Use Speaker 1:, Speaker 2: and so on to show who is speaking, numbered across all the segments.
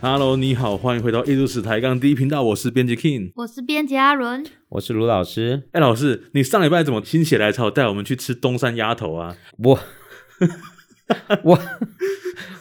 Speaker 1: Hello，你好，欢迎回到艺术史抬杠第一频道，我是编辑 King。
Speaker 2: 我是编辑阿伦，
Speaker 3: 我是卢老师，
Speaker 1: 哎，老师，你上礼拜怎么心血来潮带我们去吃东山鸭头啊？
Speaker 3: 我我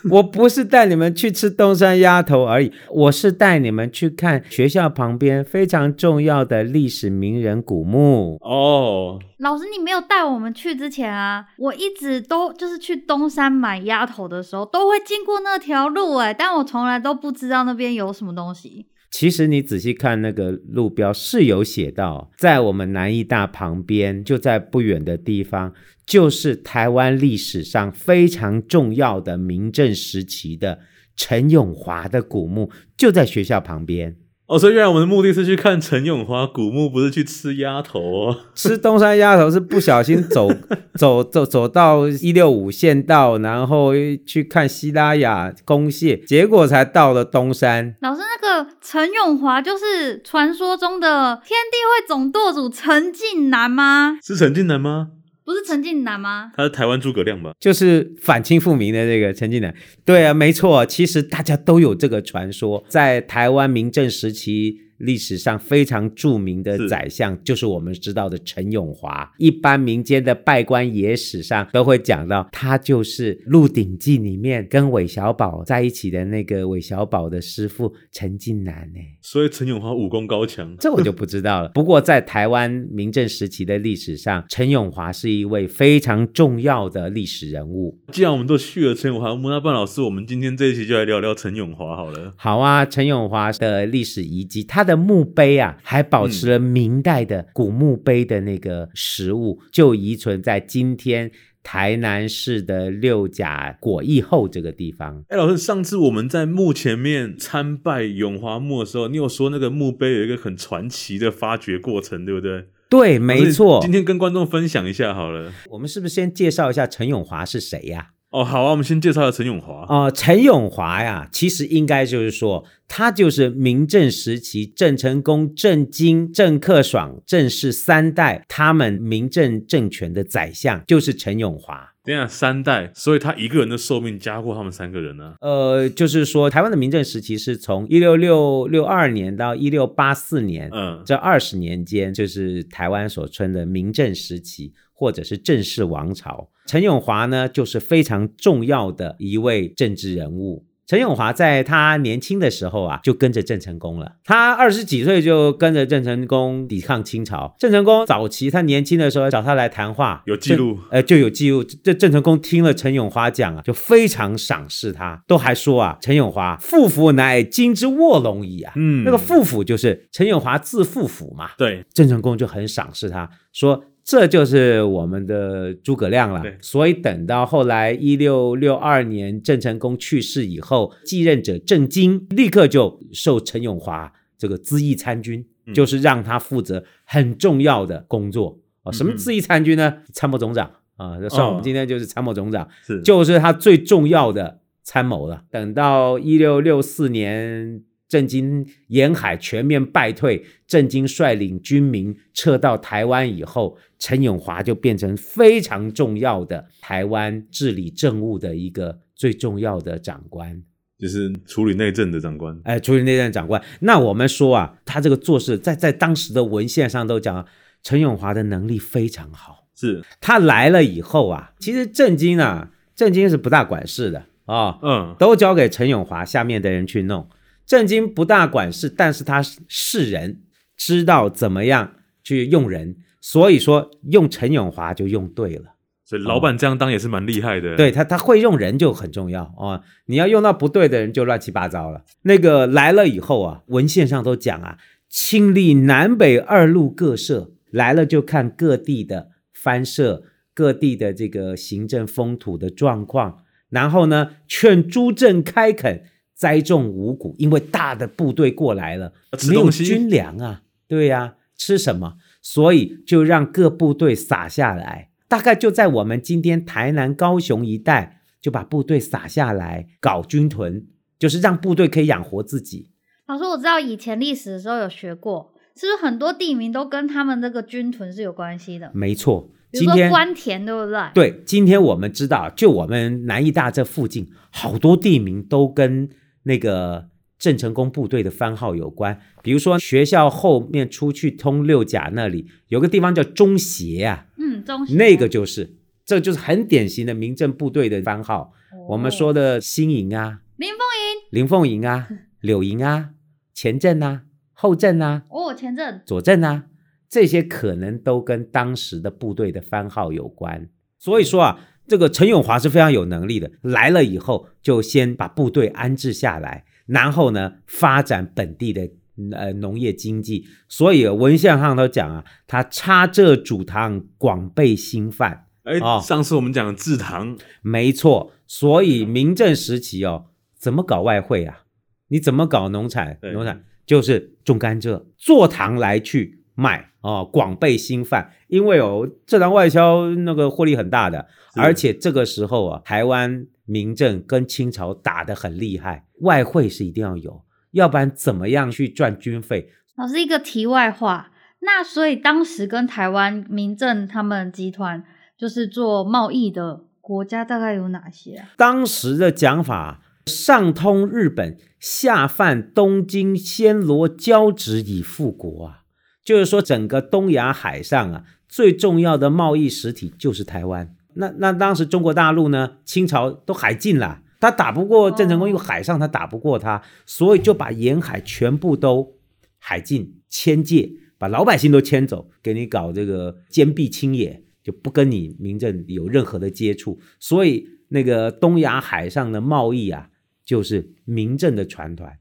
Speaker 3: 我不是带你们去吃东山鸭头而已，我是带你们去看学校旁边非常重要的历史名人古墓。
Speaker 1: 哦，
Speaker 2: 老师，你没有带我们去之前啊，我一直都就是去东山买鸭头的时候，都会经过那条路哎、但我从来都不知道那边有什么东西。
Speaker 3: 其实你仔细看那个路标是有写到，在我们南艺大旁边，就在不远的地方，就是台湾历史上非常重要的明郑时期的陈永华的古墓，就在学校旁边。
Speaker 1: 哦，所以原来我们的目的是去看陈永华古墓，不是去吃鸭头哦。
Speaker 3: 吃东山鸭头是不小心走走走走到一六五县道，然后去看西拉雅公蟹，结果才到了东山。
Speaker 2: 老师，那个陈永华就是传说中的天地会总舵主陈近南吗？
Speaker 1: 是陈近南吗？
Speaker 2: 不是陈近南吗？
Speaker 1: 他是台湾诸葛亮吧？
Speaker 3: 就是反清复明的这个陈近南，对啊，没错，其实大家都有这个传说，在台湾明郑时期历史上非常著名的
Speaker 1: 是
Speaker 3: 宰相，就是我们知道的陈永华。一般民间的拜官野史上都会讲到，他就是《鹿鼎记》里面跟韦小宝在一起的那个韦小宝的师傅陈近南呢、
Speaker 1: 所以陈永华武功高强。
Speaker 3: 这我就不知道了。不过在台湾明郑时期的历史上，陈永华是一位非常重要的历史人物。
Speaker 1: 既然我们都去了陈永华墓，那半老师，我们今天这一期就来聊聊陈永华好了。
Speaker 3: 好啊，陈永华的历史遗迹，他的墓碑啊，还保持了明代的古墓碑的那个实物，就遗存在今天台南市的六甲果毅后这个地方。
Speaker 1: 哎，老师，上次我们在墓前面参拜永华墓的时候，你有说那个墓碑有一个很传奇的发掘过程，对不对？
Speaker 3: 对，没错
Speaker 1: 今。天跟观众分享一下好了。
Speaker 3: 我们是不是先介绍一下陈永华是谁呀、
Speaker 1: 哦，好啊，我们先介绍一下陈永华。
Speaker 3: 哦，陈永华呀，其实应该就是说，他就是明郑时期郑成功、郑经、郑克爽、郑氏三代他们明郑政权的宰相，就是陈永华。
Speaker 1: 等一下三代，所以他一个人的寿命加过他们三个人啊呢、
Speaker 3: 呃，就是说，台湾的明郑时期是从一六六六二年到一六八四年，
Speaker 1: 嗯，
Speaker 3: 这二十年间，就是台湾所称的明郑时期，或者是郑氏王朝。陈永华呢，就是非常重要的一位政治人物。陈永华在他年轻的时候啊，就跟着郑成功了。他二十几岁就跟着郑成功抵抗清朝。郑成功早期他年轻的时候找他来谈话，
Speaker 1: 有记录
Speaker 3: 郑呃，就有记录。这郑成功听了陈永华讲啊，就非常赏识他，都还说啊，陈永华父府乃金之卧龙矣啊。
Speaker 1: 嗯
Speaker 3: 那个父府就是陈永华字父府嘛，
Speaker 1: 对，
Speaker 3: 郑成功就很赏识他，说这就是我们的诸葛亮了
Speaker 1: 对。
Speaker 3: 所以等到后来一六六二年郑成功去世以后，继任者郑经立刻就授陈永华这个资议参军，
Speaker 1: 嗯
Speaker 3: 就是让他负责很重要的工作啊。什么
Speaker 1: 嗯
Speaker 3: 资议参军呢？参谋总长啊，算我
Speaker 1: 哦
Speaker 3: 们今天就是参谋总长。
Speaker 1: 是
Speaker 3: 就是他最重要的参谋了。等到一六六四年，郑经沿海全面败退，郑经率领军民撤到台湾以后，陈永华就变成非常重要的台湾治理政务的一个最重要的长官。
Speaker 1: 就是处理内政的长官。
Speaker 3: 哎，处理内战长官。那我们说啊，他这个做事在在当时的文献上都讲啊，陈永华的能力非常好。
Speaker 1: 是，
Speaker 3: 他来了以后啊，其实郑经啊，郑经是不大管事的啊、
Speaker 1: 嗯，
Speaker 3: 都交给陈永华下面的人去弄。郑经不大管事，但是他是人，知道怎么样去用人，所以说用陈永华就用对了。
Speaker 1: 所以老板这样当也是蛮厉害的。，
Speaker 3: 对他，他会用人就很重要啊、哦你要用到不对的人，就乱七八糟了。那个来了以后啊，文献上都讲啊，亲历南北二路各社，来了就看各地的藩社、各地的这个行政风土的状况，然后呢，劝诸镇开垦栽种五谷，因为大的部队过来了，
Speaker 1: 吃
Speaker 3: 没有
Speaker 1: 东西
Speaker 3: 军粮啊，对呀、吃什么？所以就让各部队撒下来，大概就在我们今天台南、高雄一带，就把部队撒下来搞军屯，就是让部队可以养活自己。
Speaker 2: 老师，我知道以前历史的时候有学过，是不是很多地名都跟他们这个军屯是有关系的？
Speaker 3: 没错，
Speaker 2: 比
Speaker 3: 今
Speaker 2: 如说
Speaker 3: 天
Speaker 2: 关田，对不对？
Speaker 3: 对，今天我们知道，就我们南艺大这附近，好多地名都跟那个郑成功部队的番号有关。比如说学校后面出去通六甲那里有个地方叫中协啊，
Speaker 2: 嗯，中学
Speaker 3: 那个就是，这就是很典型的民政部队的番号。
Speaker 2: 哦
Speaker 3: 我们说
Speaker 2: 的
Speaker 3: 的新营啊、
Speaker 2: 林凤营
Speaker 3: 林凤 营啊、柳营啊、前镇啊、后镇啊、
Speaker 2: 哦，前阵
Speaker 3: 左镇啊，这些可能都跟当时的部队的番号有关。所以说啊，这个陈永华是非常有能力的，来了以后就先把部队安置下来，然后呢发展本地的。呃，农业经济，所以文献上都讲啊，他插浙煮糖，广被兴贩，
Speaker 1: 哎、
Speaker 3: 哦
Speaker 1: 上次我们讲的制糖，
Speaker 3: 没错，所以民政时期哦，怎么搞外汇啊？你怎么搞农产？
Speaker 1: 对
Speaker 3: 农产就是种甘蔗，做糖来去卖哦，广被兴贩，因为哦，浙糖外销那个获利很大的，
Speaker 1: 是
Speaker 3: 而且这个时候啊，台湾民政跟清朝打得很厉害，外汇是一定要有，要不然怎么样去赚军费？
Speaker 2: 老师一个题外话，那所以当时跟台湾民政他们集团就是做贸易的国家大概有哪些啊？
Speaker 3: 当时的讲法，上通日本，下犯东京、暹罗，交趾以复国啊，就是说整个东亚海上啊，最重要的贸易实体就是台湾。那那当时中国大陆呢，清朝都海禁啦，他打不过郑成功，
Speaker 2: 哦
Speaker 3: 因为海上他打不过他，所以就把沿海全部都海禁迁界，把老百姓都迁走，给你搞这个坚壁清野，就不跟你民政有任何的接触。所以那个东亚海上的贸易啊，就是民政的船团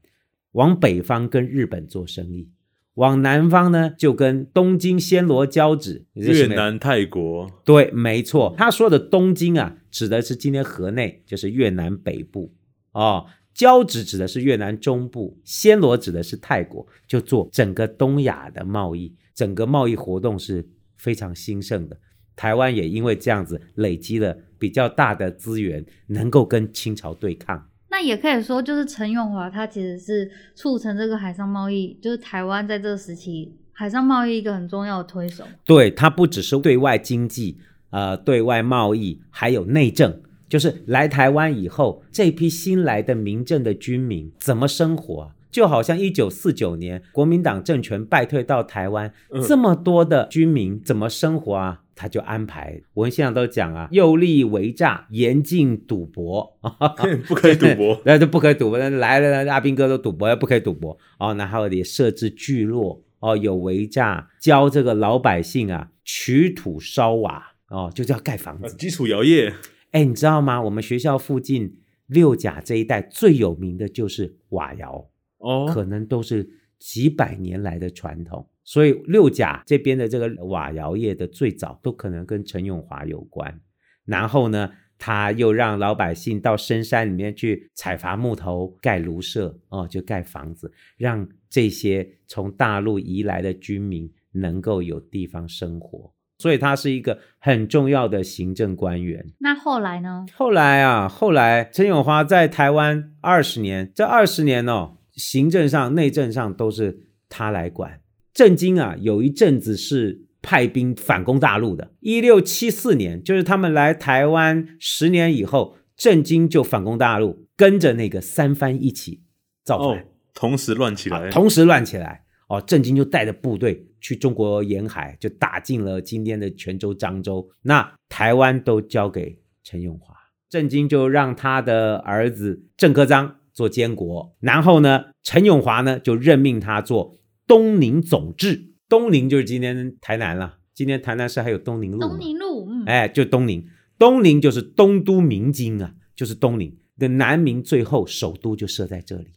Speaker 3: 往北方跟日本做生意，往南方呢就跟东京、暹罗、交趾、这是
Speaker 1: 越
Speaker 3: 哪
Speaker 1: 南、泰国，
Speaker 3: 对，没错，他说的东京啊，指的是今天河内，就是越南北部哦。交趾指的是越南中部，暹罗指的是泰国，就做整个东亚的贸易，整个贸易活动是非常兴盛的。台湾也因为这样子累积了比较大的资源，能够跟清朝对抗。
Speaker 2: 那也可以说，就是陈永华他其实是促成这个海上贸易，就是台湾在这个时期海上贸易一个很重要的推手。
Speaker 3: 对，它不只是对外经济，呃，对外贸易，还有内政。就是来台湾以后，这批新来的民政的军民怎么生活啊？就好像一九四九年国民党政权败退到台湾，
Speaker 1: 嗯
Speaker 3: 这么多的军民怎么生活啊？他就安排，文献上都讲啊，右立为诈，严禁赌博，，
Speaker 1: 不可以赌博
Speaker 3: 那就不可以赌博。那来了，那阿兵哥都赌博，不可以赌博哦。然后也设置聚落哦，有围栅，教这个老百姓啊取土烧瓦哦，就是要盖房
Speaker 1: 呃
Speaker 3: 子。
Speaker 1: 基础摇曳，
Speaker 3: 哎，你知道吗？我们学校附近六甲这一带最有名的就是瓦窑，
Speaker 1: 哦，
Speaker 3: 可能都是几百年来的传统。所以六甲这边的这个瓦窑业的最早都可能跟陈永华有关。然后呢，他又让老百姓到深山里面去采伐木头、盖庐舍，哦，就盖房子，让这些从大陆移来的军民能够有地方生活。所以他是一个很重要的行政官员。
Speaker 2: 那后来呢？
Speaker 3: 后来啊，后来陈永华在台湾二十年，这二十年哦，行政上、内政上都是他来管。郑经啊，有一阵子是派兵反攻大陆的。一六七四年，就是他们来台湾十年以后，郑经就反攻大陆，跟着那个三藩一起造反。
Speaker 1: 哦，同时乱起来，
Speaker 3: 啊同时乱起来。哦，郑经就带着部队去中国沿海，就打进了今天的泉州、漳州，那台湾都交给陈永华。郑经就让他的儿子郑克章做监国，然后呢，陈永华呢就任命他做东宁总制。东宁就是今天台南了，今天台南市还有东宁路嘛。
Speaker 2: 东宁路，嗯，
Speaker 3: 哎，就东宁，东宁就是东都明京啊，就是东宁的南明，最后首都就设在这里。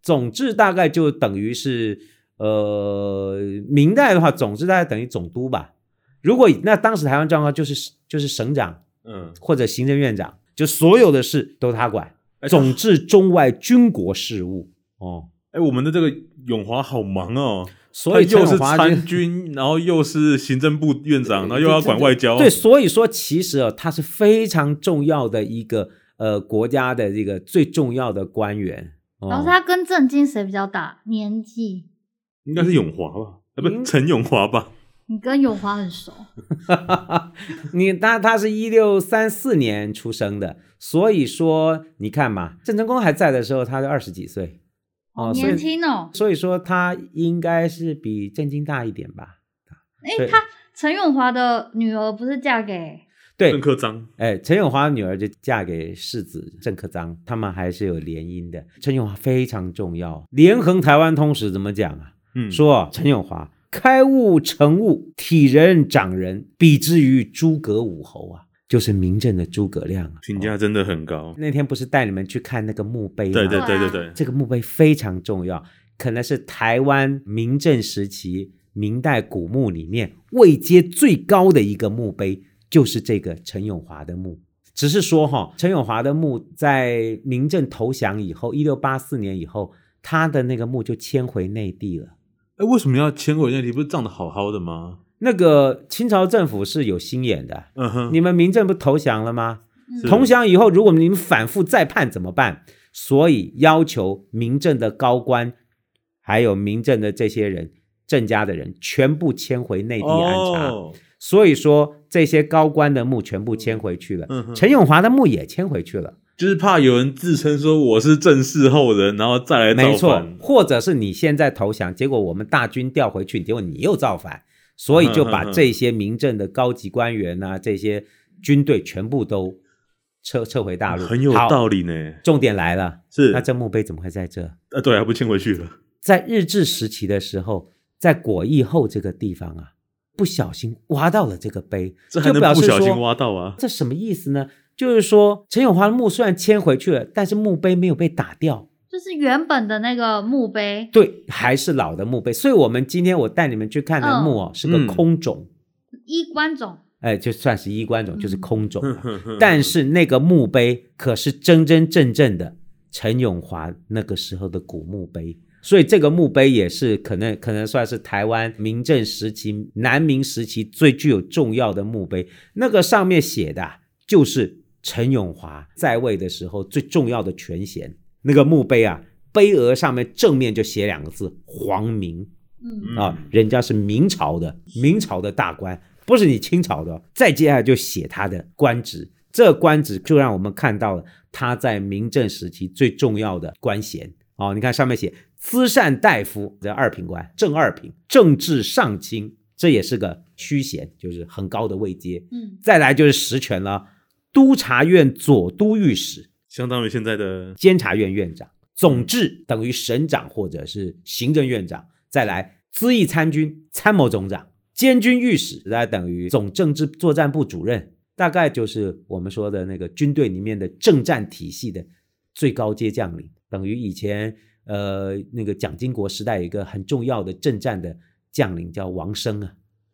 Speaker 3: 总制大概就等于是，呃，明代的话，总制大概等于总督吧。如果以那当时台湾状况就是就是省长
Speaker 1: 嗯，
Speaker 3: 或者行政院长，就所有的事都他管，
Speaker 1: 哎
Speaker 3: 总制中外军国事务哦。
Speaker 1: 哎，我们的这个永华好忙哦，
Speaker 3: 所以
Speaker 1: 他又
Speaker 3: 陈
Speaker 1: 是
Speaker 3: 永华就
Speaker 1: 参 军，然后又是行政部院长，然后又要管外交，
Speaker 3: 对，所以说其实啊，他是非常重要的一个呃国家的这个最重要的官员。哦
Speaker 2: 老师他跟郑经谁比较大？年纪？
Speaker 1: 应该是永华吧？啊，不，
Speaker 3: 嗯
Speaker 1: 陈永华吧？
Speaker 2: 你跟永华很熟，
Speaker 3: 哦 你他他是一六三四年出生的，所以说你看嘛，郑成功还在的时候，他就二十几岁，哦，所
Speaker 2: 年
Speaker 3: 以
Speaker 2: 轻哦，
Speaker 3: 所以说他应该是比震惊大一点吧？
Speaker 2: 哎，
Speaker 3: 对
Speaker 2: 他陈永华的女儿不是嫁给
Speaker 1: 郑
Speaker 3: 对，
Speaker 1: 克章
Speaker 3: 哎，陈永华的女儿就嫁给世子郑克章，他们还是有联姻的。陈永华非常重要，连横台湾通史怎么讲啊？
Speaker 1: 嗯
Speaker 3: 说陈永华开悟成悟，体人长人，比之于诸葛武侯啊，就是明正的诸葛亮啊。
Speaker 1: 评价真的很高，
Speaker 3: 那天不是带你们去看那个墓碑吗？
Speaker 1: 对对
Speaker 2: 啊
Speaker 1: 对对哦对，
Speaker 3: 这个墓碑非常重要，可能是台湾明正时期明代古墓里面位阶最高的一个墓碑，就是这个陈永华的墓。只是说哈、陈永华的墓在明正投降以后，一六八四年以后，他的那个墓就迁回内地了。
Speaker 1: 哎，为什么要迁回内地？不是葬的好好的吗？
Speaker 3: 那个清朝政府是有心眼的，
Speaker 1: 嗯哼，
Speaker 3: 你们明正不投降了吗？
Speaker 1: 是
Speaker 3: 投降以后，如果你们反复再叛怎么办？所以要求民政的高官，还有民政的这些人、郑家的人，全部迁回内地安插。
Speaker 1: 哦
Speaker 3: 所以说，这些高官的墓全部迁回去了，
Speaker 1: 嗯哼
Speaker 3: 陈永华的墓也迁回去了。
Speaker 1: 就是怕有人自称说我是郑氏后人，然后再来
Speaker 3: 没
Speaker 1: 造
Speaker 3: 错
Speaker 1: 反，。
Speaker 3: 或者是你现在投降，结果我们大军调回去，结果你又造反，所以就把
Speaker 1: 嗯嗯嗯
Speaker 3: 这些民政的高级官员啊，这些军队全部都撤撤回大陆。
Speaker 1: 很有
Speaker 3: 好
Speaker 1: 道理呢。
Speaker 3: 重点来了，
Speaker 1: 是，
Speaker 3: 那这墓碑怎么会在这？
Speaker 1: 呃，对，还不迁回去了。
Speaker 3: 在日治时期的时候，在果毅后这个地方啊，不小心挖到了这个碑，
Speaker 1: 这还
Speaker 3: 就
Speaker 1: 能
Speaker 3: 表
Speaker 1: 不
Speaker 3: 示
Speaker 1: 小心
Speaker 3: 说
Speaker 1: 挖到啊？
Speaker 3: 这什么意思呢？就是说，陈永华的墓虽然迁回去了，但是墓碑没有被打掉，
Speaker 2: 就是原本的那个墓碑，
Speaker 3: 对，还是老的墓碑。所以，我们今天我带你们去看的墓哦，是个
Speaker 1: 嗯
Speaker 3: 空冢，
Speaker 2: 衣冠冢
Speaker 3: 哎，就算是衣冠冢，就是空冢
Speaker 1: 嗯
Speaker 3: 啊、但
Speaker 1: 但
Speaker 3: 是那个墓碑可是真真正正的陈永华那个时候的古墓碑，所以这个墓碑也是可能可能算是台湾明正时期、南明时期最具有重要的墓碑。那个上面写的啊就是陈永华在位的时候最重要的权衔。那个墓碑啊，碑额上面正面就写两个字“皇明”。
Speaker 2: 嗯，
Speaker 3: 啊
Speaker 1: 嗯，
Speaker 3: 人家是明朝的，明朝的大官，不是你清朝的。再接下来就写他的官职，这官职就让我们看到了他在明正时期最重要的官衔哦。你看上面写资善大夫的二品官，正二品，政治上卿，这也是个虚衔，就是很高的位阶。
Speaker 2: 嗯，
Speaker 3: 再来就是实权了，督察院左都御史，
Speaker 1: 相当于现在的
Speaker 3: 监察院院长，总制等于省长或者是行政院长，再来资议参军、参谋总长、监军御史，再等于总政治作战部主任，大概就是我们说的那个军队里面的政战体系的最高阶将领，等于以前呃那个蒋经国时代有一个很重要的政战的将领叫王生啊，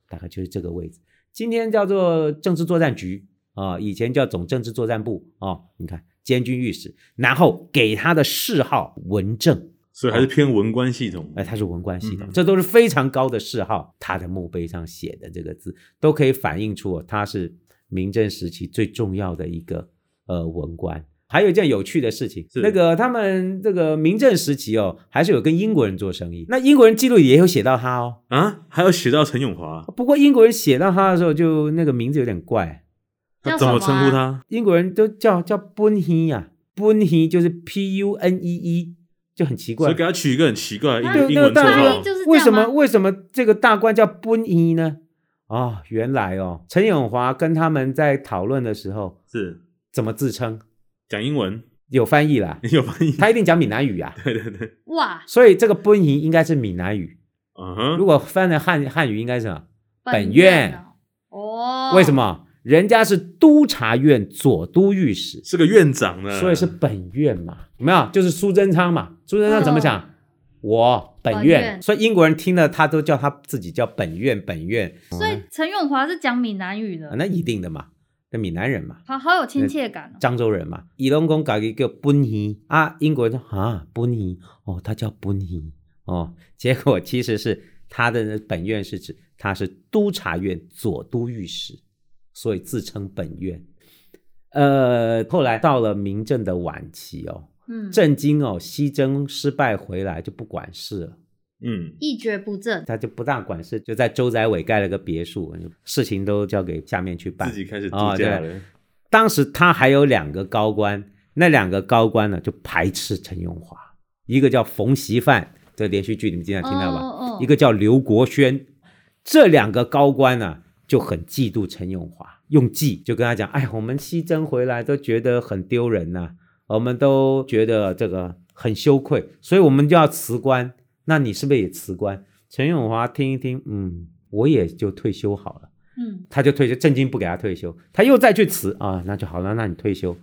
Speaker 3: 大概就是这个位置。今天叫做政治作战局啊、以前叫总政治作战部啊、你看监军御史，然后给他的谥号文正，
Speaker 1: 所以还是偏文官系统。
Speaker 3: 哎，他是文官系统，
Speaker 1: 嗯
Speaker 3: 这都是非常高的谥号。他的墓碑上写的这个字，都可以反映出、哦、他是明正时期最重要的一个呃文官。还有一件有趣的事情，
Speaker 1: 是
Speaker 3: 那个他们这个明正时期哦，还是有跟英国人做生意。那英国人记录也有写到他哦，
Speaker 1: 啊，还有写到陈永华，
Speaker 3: 不过英国人写到他的时候，就那个名字有点怪，
Speaker 2: 叫
Speaker 1: 他怎
Speaker 2: 什
Speaker 1: 么
Speaker 2: 么
Speaker 1: 称
Speaker 2: 啊
Speaker 1: 呼他？
Speaker 3: 英国人都叫叫 Bunny 呀、啊、，Bunny 就是 P U N E E，就很奇
Speaker 1: 所
Speaker 3: 怪
Speaker 1: 以给。他取一个很奇怪的
Speaker 2: 那
Speaker 1: 英
Speaker 3: 对，
Speaker 1: 英
Speaker 3: 那个
Speaker 1: 文绰
Speaker 2: 大
Speaker 3: 大
Speaker 2: 发
Speaker 1: 号
Speaker 2: 音。就是这样吗
Speaker 3: 为什么为什么这个大官叫 Bunny 呢？啊、原来哦，陈永华跟他们在讨论的时候
Speaker 1: 是
Speaker 3: 怎么自称，
Speaker 1: 讲英文，
Speaker 3: 有翻 译啦，
Speaker 1: 有翻译。
Speaker 3: 他一定讲闽南语啊，
Speaker 1: 对对对，
Speaker 2: 哇，
Speaker 3: 所以这个 Bunny 应该是闽南语，
Speaker 1: 嗯哼，
Speaker 3: 如果翻成汉汉语应该是什么？本
Speaker 2: 院
Speaker 3: 院
Speaker 2: 哦，哦
Speaker 3: 为什？么？人家是督察院左都御史，
Speaker 1: 是个院长
Speaker 2: 嗯
Speaker 1: 呢，
Speaker 3: 所以是本院嘛，有没有？就是苏贞昌嘛，苏贞昌怎么讲？
Speaker 2: 嗯
Speaker 3: 我哦本
Speaker 2: 本
Speaker 3: 院，
Speaker 2: 院
Speaker 3: 所以英国人听了他都叫他自己叫本院本院、
Speaker 2: 所以陈永华是讲闽南语
Speaker 3: 啊
Speaker 2: 的，
Speaker 3: 那一定的嘛，那闽南人嘛，
Speaker 2: 好好有亲切感哦。
Speaker 3: 漳州人嘛，伊拢讲家己叫本尼啊，英国人说啊本尼哦，他叫本尼哦，结果其实是他的本院是指他是督察院左都御史，所以自称本院。呃，后来到了明政的晚期哦，
Speaker 2: 嗯，
Speaker 3: 郑经哦，西征失败回来就不管事了，
Speaker 1: 嗯，
Speaker 2: 一蹶不振，
Speaker 3: 他就不大管事，就在周宅尾盖了个别墅，事情都交给下面去办
Speaker 1: 自。己开始度
Speaker 3: 哦
Speaker 1: 假
Speaker 3: 对
Speaker 1: 了。
Speaker 3: 当时他还有两个高官，那两个高官呢就排斥陈永华，一个叫冯锡范，这连续剧你们经常听到吧？
Speaker 2: 哦哦
Speaker 3: 一个叫刘国轩，这两个高官呢、就很嫉妒陈永华，用计就跟他讲：“哎，我们西征回来都觉得很丢人呐、我们都觉得这个很羞愧，所以我们就要辞官。那你是不是也辞官？”陈永华听一听，嗯，我也就退休好了。
Speaker 2: 嗯，
Speaker 3: 他就退休，郑经不给他退休，他又再去辞啊，那就好了，那你退休。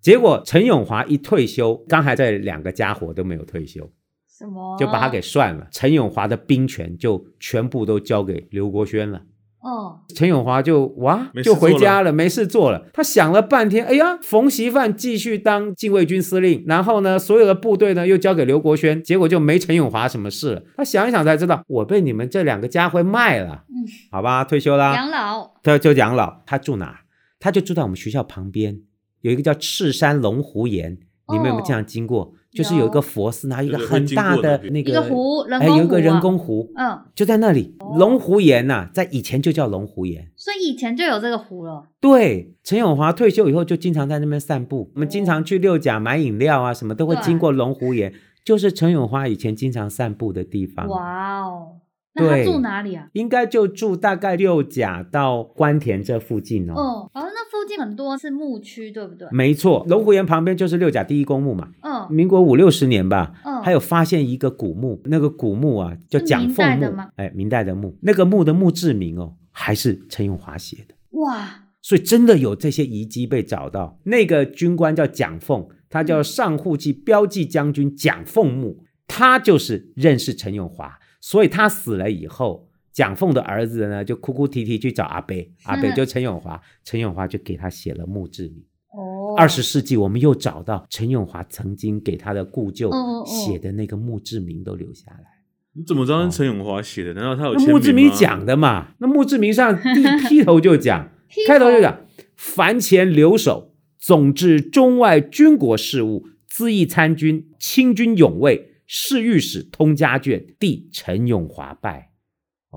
Speaker 3: 结果陈永华一退休，刚还这两个家伙都没有退休，
Speaker 2: 什么
Speaker 3: 就把他给涮了。陈永华的兵权就全部都交给刘国轩了。
Speaker 2: 哦，
Speaker 3: 陈永华就哇
Speaker 1: 没事
Speaker 3: 就
Speaker 1: 做了
Speaker 3: 回家了，没事做了。他想了半天，哎呀，冯锡范继续当禁卫军司令，然后呢，所有的部队呢又交给刘国轩，结果就没陈永华什么事了。他想一想才知道，我被你们这两个家伙卖了，
Speaker 2: 嗯
Speaker 3: 好吧，退休啦。
Speaker 2: 养老
Speaker 3: 他就养老，他住哪儿？他就住在我们学校旁边，有一个叫赤山龙湖岩，
Speaker 2: 哦
Speaker 3: 你们有没有经常经过？就是有一个佛寺，然后一个
Speaker 1: 对对
Speaker 3: 很大的
Speaker 1: 会经过的
Speaker 3: 那个
Speaker 2: 一个湖，人
Speaker 3: 哎，
Speaker 2: 工湖、啊
Speaker 3: 有一个人，工湖，
Speaker 2: 嗯，
Speaker 3: 就在那里。龙湖岩呐、在以前就叫龙湖岩。
Speaker 2: 所以以前就有这个湖了。
Speaker 3: 对，陈永华退休以后就经常在那边散步，我们经常去六甲买饮料啊，什么都会
Speaker 2: 对
Speaker 3: 经过龙湖岩，就是陈永华以前经常散步的地方。
Speaker 2: 哇哦，那他
Speaker 3: 对
Speaker 2: 住哪里啊？
Speaker 3: 应该就住大概六甲到关田这附近哦。
Speaker 2: 哦，哦，那附近很多是牧区，对不对？
Speaker 3: 没错，龙湖岩旁边就是六甲第一公墓嘛，
Speaker 2: 嗯
Speaker 3: 民国五六十年吧。
Speaker 2: 嗯，
Speaker 3: 还有发现一个古墓，那个古墓啊叫蒋
Speaker 2: 明代
Speaker 3: 凤
Speaker 2: 的
Speaker 3: 墓
Speaker 2: 吗，
Speaker 3: 哎，明代的墓，那个墓的墓志铭哦，还是陈永华写的，
Speaker 2: 哇，
Speaker 3: 所以真的有这些遗迹被找到。那个军官叫蒋凤，他叫
Speaker 2: 嗯
Speaker 3: 上户记标记将军蒋凤墓，他就是认识陈永华，所以他死了以后。蒋凤的儿子呢，就哭哭啼啼去找阿北，阿北就陈永华，陈永华就给他写了墓志铭。
Speaker 2: 哦，
Speaker 3: 二十世纪，我们又找到陈永华曾经给他的故旧
Speaker 2: 嗯嗯嗯
Speaker 3: 写的那个墓志铭都留下来。
Speaker 1: 你怎么知道是陈永华写的？难道他有
Speaker 3: 那
Speaker 1: 签名
Speaker 3: 墓
Speaker 1: 吗
Speaker 3: 志铭讲的嘛，那墓志铭上第 劈头就讲，
Speaker 2: 劈
Speaker 3: 开头就讲，凡前留守，总治中外军国事务，资议参军，清军勇卫，侍御史通家卷，弟陈永华拜。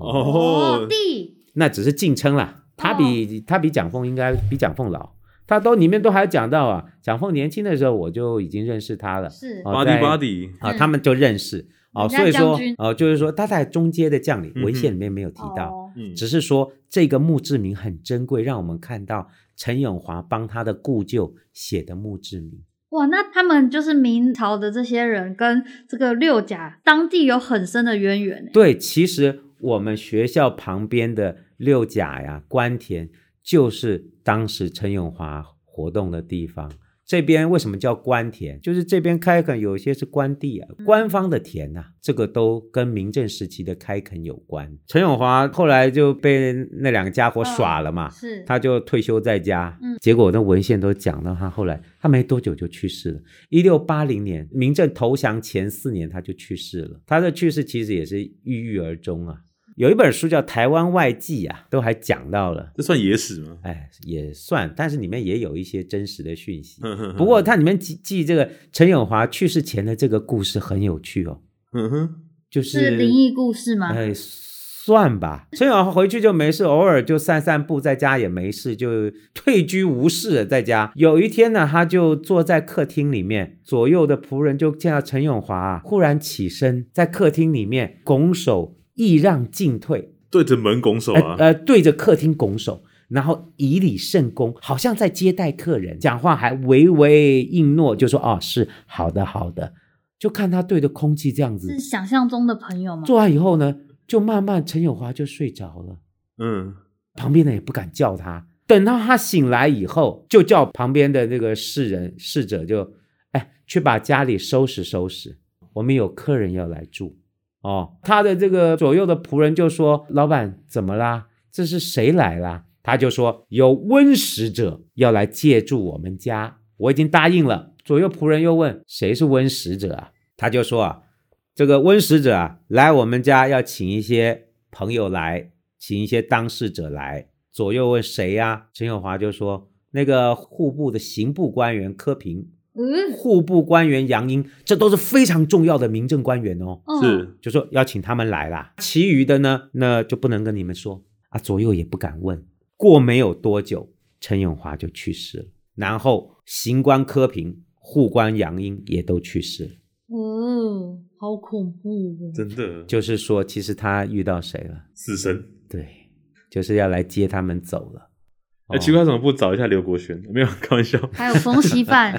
Speaker 3: 哦，
Speaker 2: 哦
Speaker 1: 哦，
Speaker 2: 地
Speaker 3: 那只是敬称啦，他
Speaker 2: 哦
Speaker 3: 比、他比蒋凤应该比蒋凤老。他都里面都还讲到啊，蒋凤年轻的时候我就已经认识他了，
Speaker 2: 是
Speaker 3: 哦
Speaker 1: 巴
Speaker 3: 在
Speaker 1: 迪巴迪，
Speaker 3: 啊，
Speaker 2: 嗯
Speaker 3: 他们就认识哦，
Speaker 2: 人家
Speaker 3: 所以
Speaker 2: 将
Speaker 3: 说
Speaker 2: 军
Speaker 3: 哦，就是说他在中阶的将领
Speaker 1: 嗯，哼
Speaker 3: 文献里面没有提到，
Speaker 2: 哦
Speaker 1: 嗯，
Speaker 3: 只是说这个墓志铭很珍贵，让我们看到陈永华帮他的故旧写的墓志铭。
Speaker 2: 哇，那他们就是明朝的这些人跟这个六甲当地有很深的渊源欸
Speaker 3: 对，其实我们学校旁边的六甲呀、关田，就是当时陈永华活动的地方。这边为什么叫关田？就是这边开垦有一些是官地啊，官方的田呐、这个都跟明政时期的开垦有关。陈永华后来就被那两个家伙耍了嘛，
Speaker 2: 是
Speaker 3: 啊他就退休在家。
Speaker 2: 嗯
Speaker 3: 结果那文献都讲到他后来，他没多久就去世了。一六八零年，明政投降前四年他就去世了。他的去世其实也是郁郁而终啊。有一本书叫《台湾外记》啊，都还讲到了。
Speaker 1: 这算野史吗？
Speaker 3: 哎，也算，但是里面也有一些真实的讯息。
Speaker 1: 哼哼哼
Speaker 3: 不过它里面记记这个陈永华去世前的这个故事很有趣哦，
Speaker 1: 嗯哼，
Speaker 3: 就是
Speaker 2: 灵异故事吗？
Speaker 3: 哎，算吧。陈永华回去就没事，偶尔就散散步，在家也没事，就退居无事了，在家。有一天呢，他就坐在客厅里面，左右的仆人就见到陈永华、啊、忽然起身，在客厅里面拱手意让进退，
Speaker 1: 对着门拱手
Speaker 3: 呃
Speaker 1: 啊，
Speaker 3: 呃，对着客厅拱手。然后以礼圣恭，好像在接待客人，讲话还唯唯应诺，就说哦是好的好的，就看他对着空气这样子
Speaker 2: 是想象中的朋友吗？
Speaker 3: 做完以后呢，就慢慢陈永华就睡着了，
Speaker 1: 嗯，
Speaker 3: 旁边的也不敢叫他。等到他醒来以后，就叫旁边的那个侍人侍者就，哎，去把家里收拾收拾，我们有客人要来住哦。他的这个左右的仆人就说：“老板，怎么啦？这是谁来啦？”他就说：“有温使者要来借住我们家，我已经答应了。”左右仆人又问：“谁是温使者啊？”他就说：“啊，这个温使者啊，来我们家要请一些朋友来，请一些当事者来。左右问谁呀、陈永华就说那个户部的刑部官员柯平，
Speaker 2: 嗯，
Speaker 3: 户部官员杨英，这都是非常重要的民政官员哦。
Speaker 2: 哦
Speaker 1: 是
Speaker 3: 就说要请他们来啦。其余的呢，那就不能跟你们说啊，左右也不敢问。过没有多久，陈永华就去世了，然后刑官柯平、护官杨英也都去世了。
Speaker 4: 哦，好恐怖哦！
Speaker 1: 真的
Speaker 3: 就是说，其实他遇到谁了？
Speaker 1: 死神。
Speaker 3: 对，就是要来接他们走了。哦
Speaker 1: 哎，奇怪，怎么不找一下刘国轩？没有，开玩笑。
Speaker 2: 还有 冯锡范，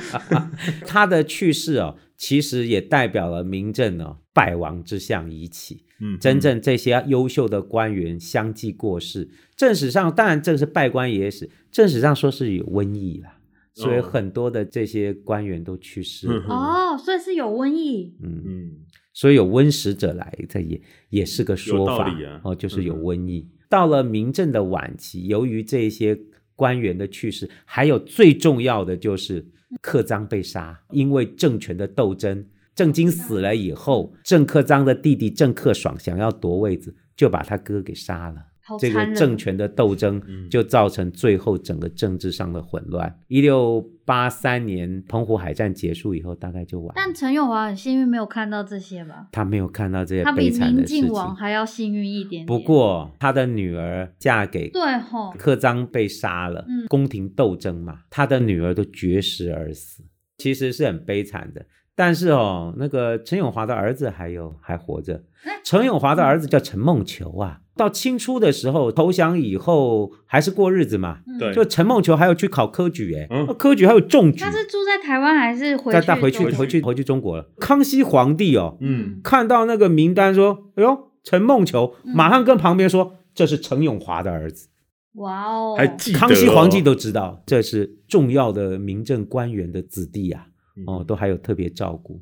Speaker 3: 他的去世哦，其实也代表了明政哦败亡之象已起。
Speaker 1: 嗯，
Speaker 3: 真正这些优秀的官员相继过世，正史上当然这是拜官野史，正史上说是有瘟疫啦，所以
Speaker 1: 哦
Speaker 3: 很多的这些官员都去世
Speaker 1: 嗯
Speaker 3: 了。
Speaker 1: 哼
Speaker 2: 哦，所以是有瘟疫，
Speaker 3: 嗯
Speaker 1: 嗯，
Speaker 3: 所以有温食者来，这也也是个说
Speaker 1: 有道
Speaker 3: 法
Speaker 1: 理啊
Speaker 3: 哦，就是有
Speaker 1: 嗯
Speaker 3: 瘟疫。到了明政的晚期，由于这些官员的去世，还有最重要的就是克臧被杀，因为政权的斗争，郑经死了以后，郑克臧的弟弟郑克爽想要夺位子，就把他哥给杀了。
Speaker 2: 好
Speaker 3: 这个
Speaker 2: 残忍。
Speaker 3: 政权的斗争
Speaker 1: 嗯
Speaker 3: 就造成最后整个政治上的混乱。一六八三年澎湖海战结束以后，大概就完了。
Speaker 2: 但陈永华很幸运没有看到这些吧？
Speaker 3: 他没有看到这些
Speaker 2: 他比
Speaker 3: 悲惨
Speaker 2: 宁
Speaker 3: 的事情
Speaker 2: 靖。王还要幸运一点点。
Speaker 3: 不，过他的女儿嫁给
Speaker 2: 对吼，
Speaker 3: 克臧被杀了，
Speaker 2: 嗯
Speaker 3: 宫廷斗争嘛，他的女儿都绝食而死，其实是很悲惨的。但是哦，那个陈永华的儿子还有还活着
Speaker 2: 哎，
Speaker 3: 陈永华的儿子叫陈梦球啊。到清初的时候投降以后，还是过日子嘛。
Speaker 2: 嗯
Speaker 1: 对
Speaker 3: 就陈梦球还有去考科举、哎、
Speaker 1: 嗯
Speaker 3: 科举还有中举
Speaker 2: 他，是住在台湾还是回
Speaker 3: 再
Speaker 2: 去？
Speaker 3: 带回去
Speaker 1: 中举
Speaker 3: 回去回去中国了。康熙皇帝哦，
Speaker 1: 嗯，
Speaker 3: 看到那个名单说：“哎呦，陈梦球！”
Speaker 2: 嗯
Speaker 3: 马上跟旁边说：“这是陈永华的儿子。
Speaker 2: 哇哦，
Speaker 1: 还记”得
Speaker 3: 康熙
Speaker 1: 哦
Speaker 3: 皇帝都知道，这是重要的民政官员的子弟呀、
Speaker 1: 嗯
Speaker 3: 哦，都还有特别照顾。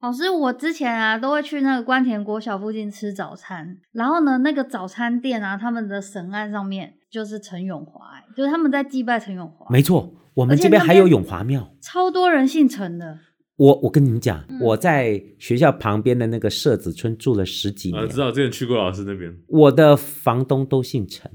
Speaker 2: 老师，我之前啊都会去那个关田国小附近吃早餐，然后呢，那个早餐店啊，他们的神案上面就是陈永华、欸就是他们在祭拜陈永华，
Speaker 3: 没错，我们
Speaker 2: 而且
Speaker 3: 这边
Speaker 2: 那
Speaker 3: 还
Speaker 2: 边
Speaker 3: 有永华庙。
Speaker 2: 超多人姓陈的。
Speaker 3: 我我跟你们讲，
Speaker 2: 嗯
Speaker 3: 我在学校旁边的那个社子村住了十几年，
Speaker 1: 啊，知道之前去过老师那边，
Speaker 3: 我的房东都姓陈，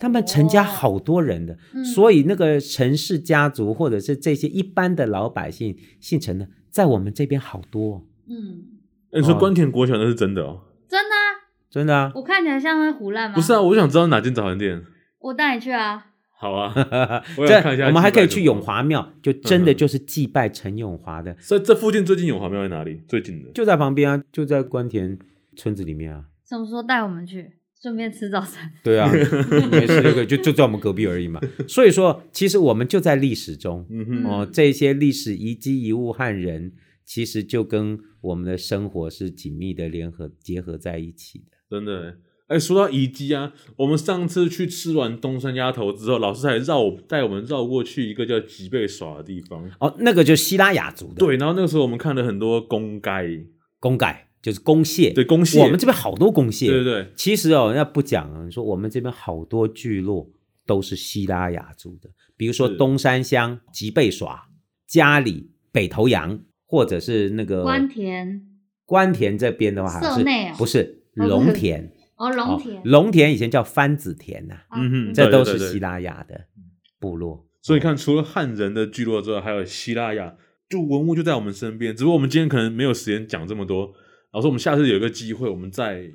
Speaker 3: 他们陈家
Speaker 2: 哦
Speaker 3: 好多人的，
Speaker 2: 嗯
Speaker 3: 所以那个陈氏家族或者是这些一般的老百姓姓陈的，在我们这边好多、哦，
Speaker 4: 嗯，
Speaker 1: 哎你说
Speaker 3: 哦
Speaker 1: 关田国小那是真的哦？
Speaker 2: 真的、啊，
Speaker 3: 真的啊。
Speaker 2: 我看起来像在胡乱吗？
Speaker 1: 不是啊，，我想知道哪间早餐店。
Speaker 2: 我带你去啊。
Speaker 1: 好啊， 我想看一
Speaker 3: 这
Speaker 1: 下
Speaker 3: 我们还可以去
Speaker 1: 祭拜什么
Speaker 3: 永华庙，就真的
Speaker 1: 嗯哼
Speaker 3: 就是祭拜陈永华的，
Speaker 1: 所以这附近最近永华庙在哪里？最近的
Speaker 3: 就在旁边啊，就在关田村子里面啊。
Speaker 2: 什么时候带我们去？顺便吃早餐。
Speaker 3: 对 啊，也是那个就就在我们隔壁而 已嘛。所以说，其实我们就在历史中，
Speaker 1: 嗯哼
Speaker 3: 哦，这些历史遗迹、遗物和人，其实就跟我们的生活是紧密的联合结合在一起的。
Speaker 1: 真的欸。哎、说到遗迹啊，我们上次去吃完东山鸭头之后，老师还绕我带我们绕过去一个叫吉贝耍的地方。
Speaker 3: 哦，那个就是希拉雅族的，
Speaker 1: 对，，然后那个时候我们看了很多公盖，
Speaker 3: 公改就是公蟹，
Speaker 1: 对公蟹，
Speaker 3: 我们这边好多公蟹，
Speaker 1: 对对对，
Speaker 3: 其实哦，那不讲啊，你说我们这边好多聚落都是希拉雅族的，比如说
Speaker 1: 是
Speaker 3: 东山乡、吉贝耍、嘉里、北头洋，或者是那个
Speaker 2: 关田
Speaker 3: 关田这边的话，好像
Speaker 2: 社内
Speaker 3: 是
Speaker 2: 哦
Speaker 3: 不是
Speaker 2: 哦
Speaker 3: 龙田？
Speaker 2: 哦，龙田
Speaker 3: 哦，龙田以前叫番子田呐、
Speaker 2: 啊
Speaker 1: 嗯哼
Speaker 3: 这
Speaker 1: 对
Speaker 3: 都
Speaker 1: 对
Speaker 3: 是
Speaker 1: 对
Speaker 3: 希拉雅的部落。
Speaker 1: 所以你看，除了汉人的聚落之外，还有希腊雅，就文物就在我们身边。只不过我们今天可能没有时间讲这么多。老师，我们下次有一个机会，我们再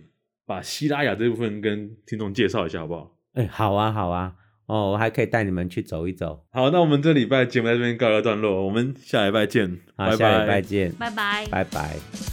Speaker 1: 把希腊雅这部分跟听众介绍一下，好不好？
Speaker 3: 哎，好啊，好啊，哦，我还可以带你们去走一走
Speaker 1: 好，那我们这礼拜节目在这边告一个段落，我们下礼拜见，
Speaker 3: 啊，
Speaker 1: 拜拜
Speaker 3: 下礼拜见，
Speaker 2: 拜拜。
Speaker 3: 拜拜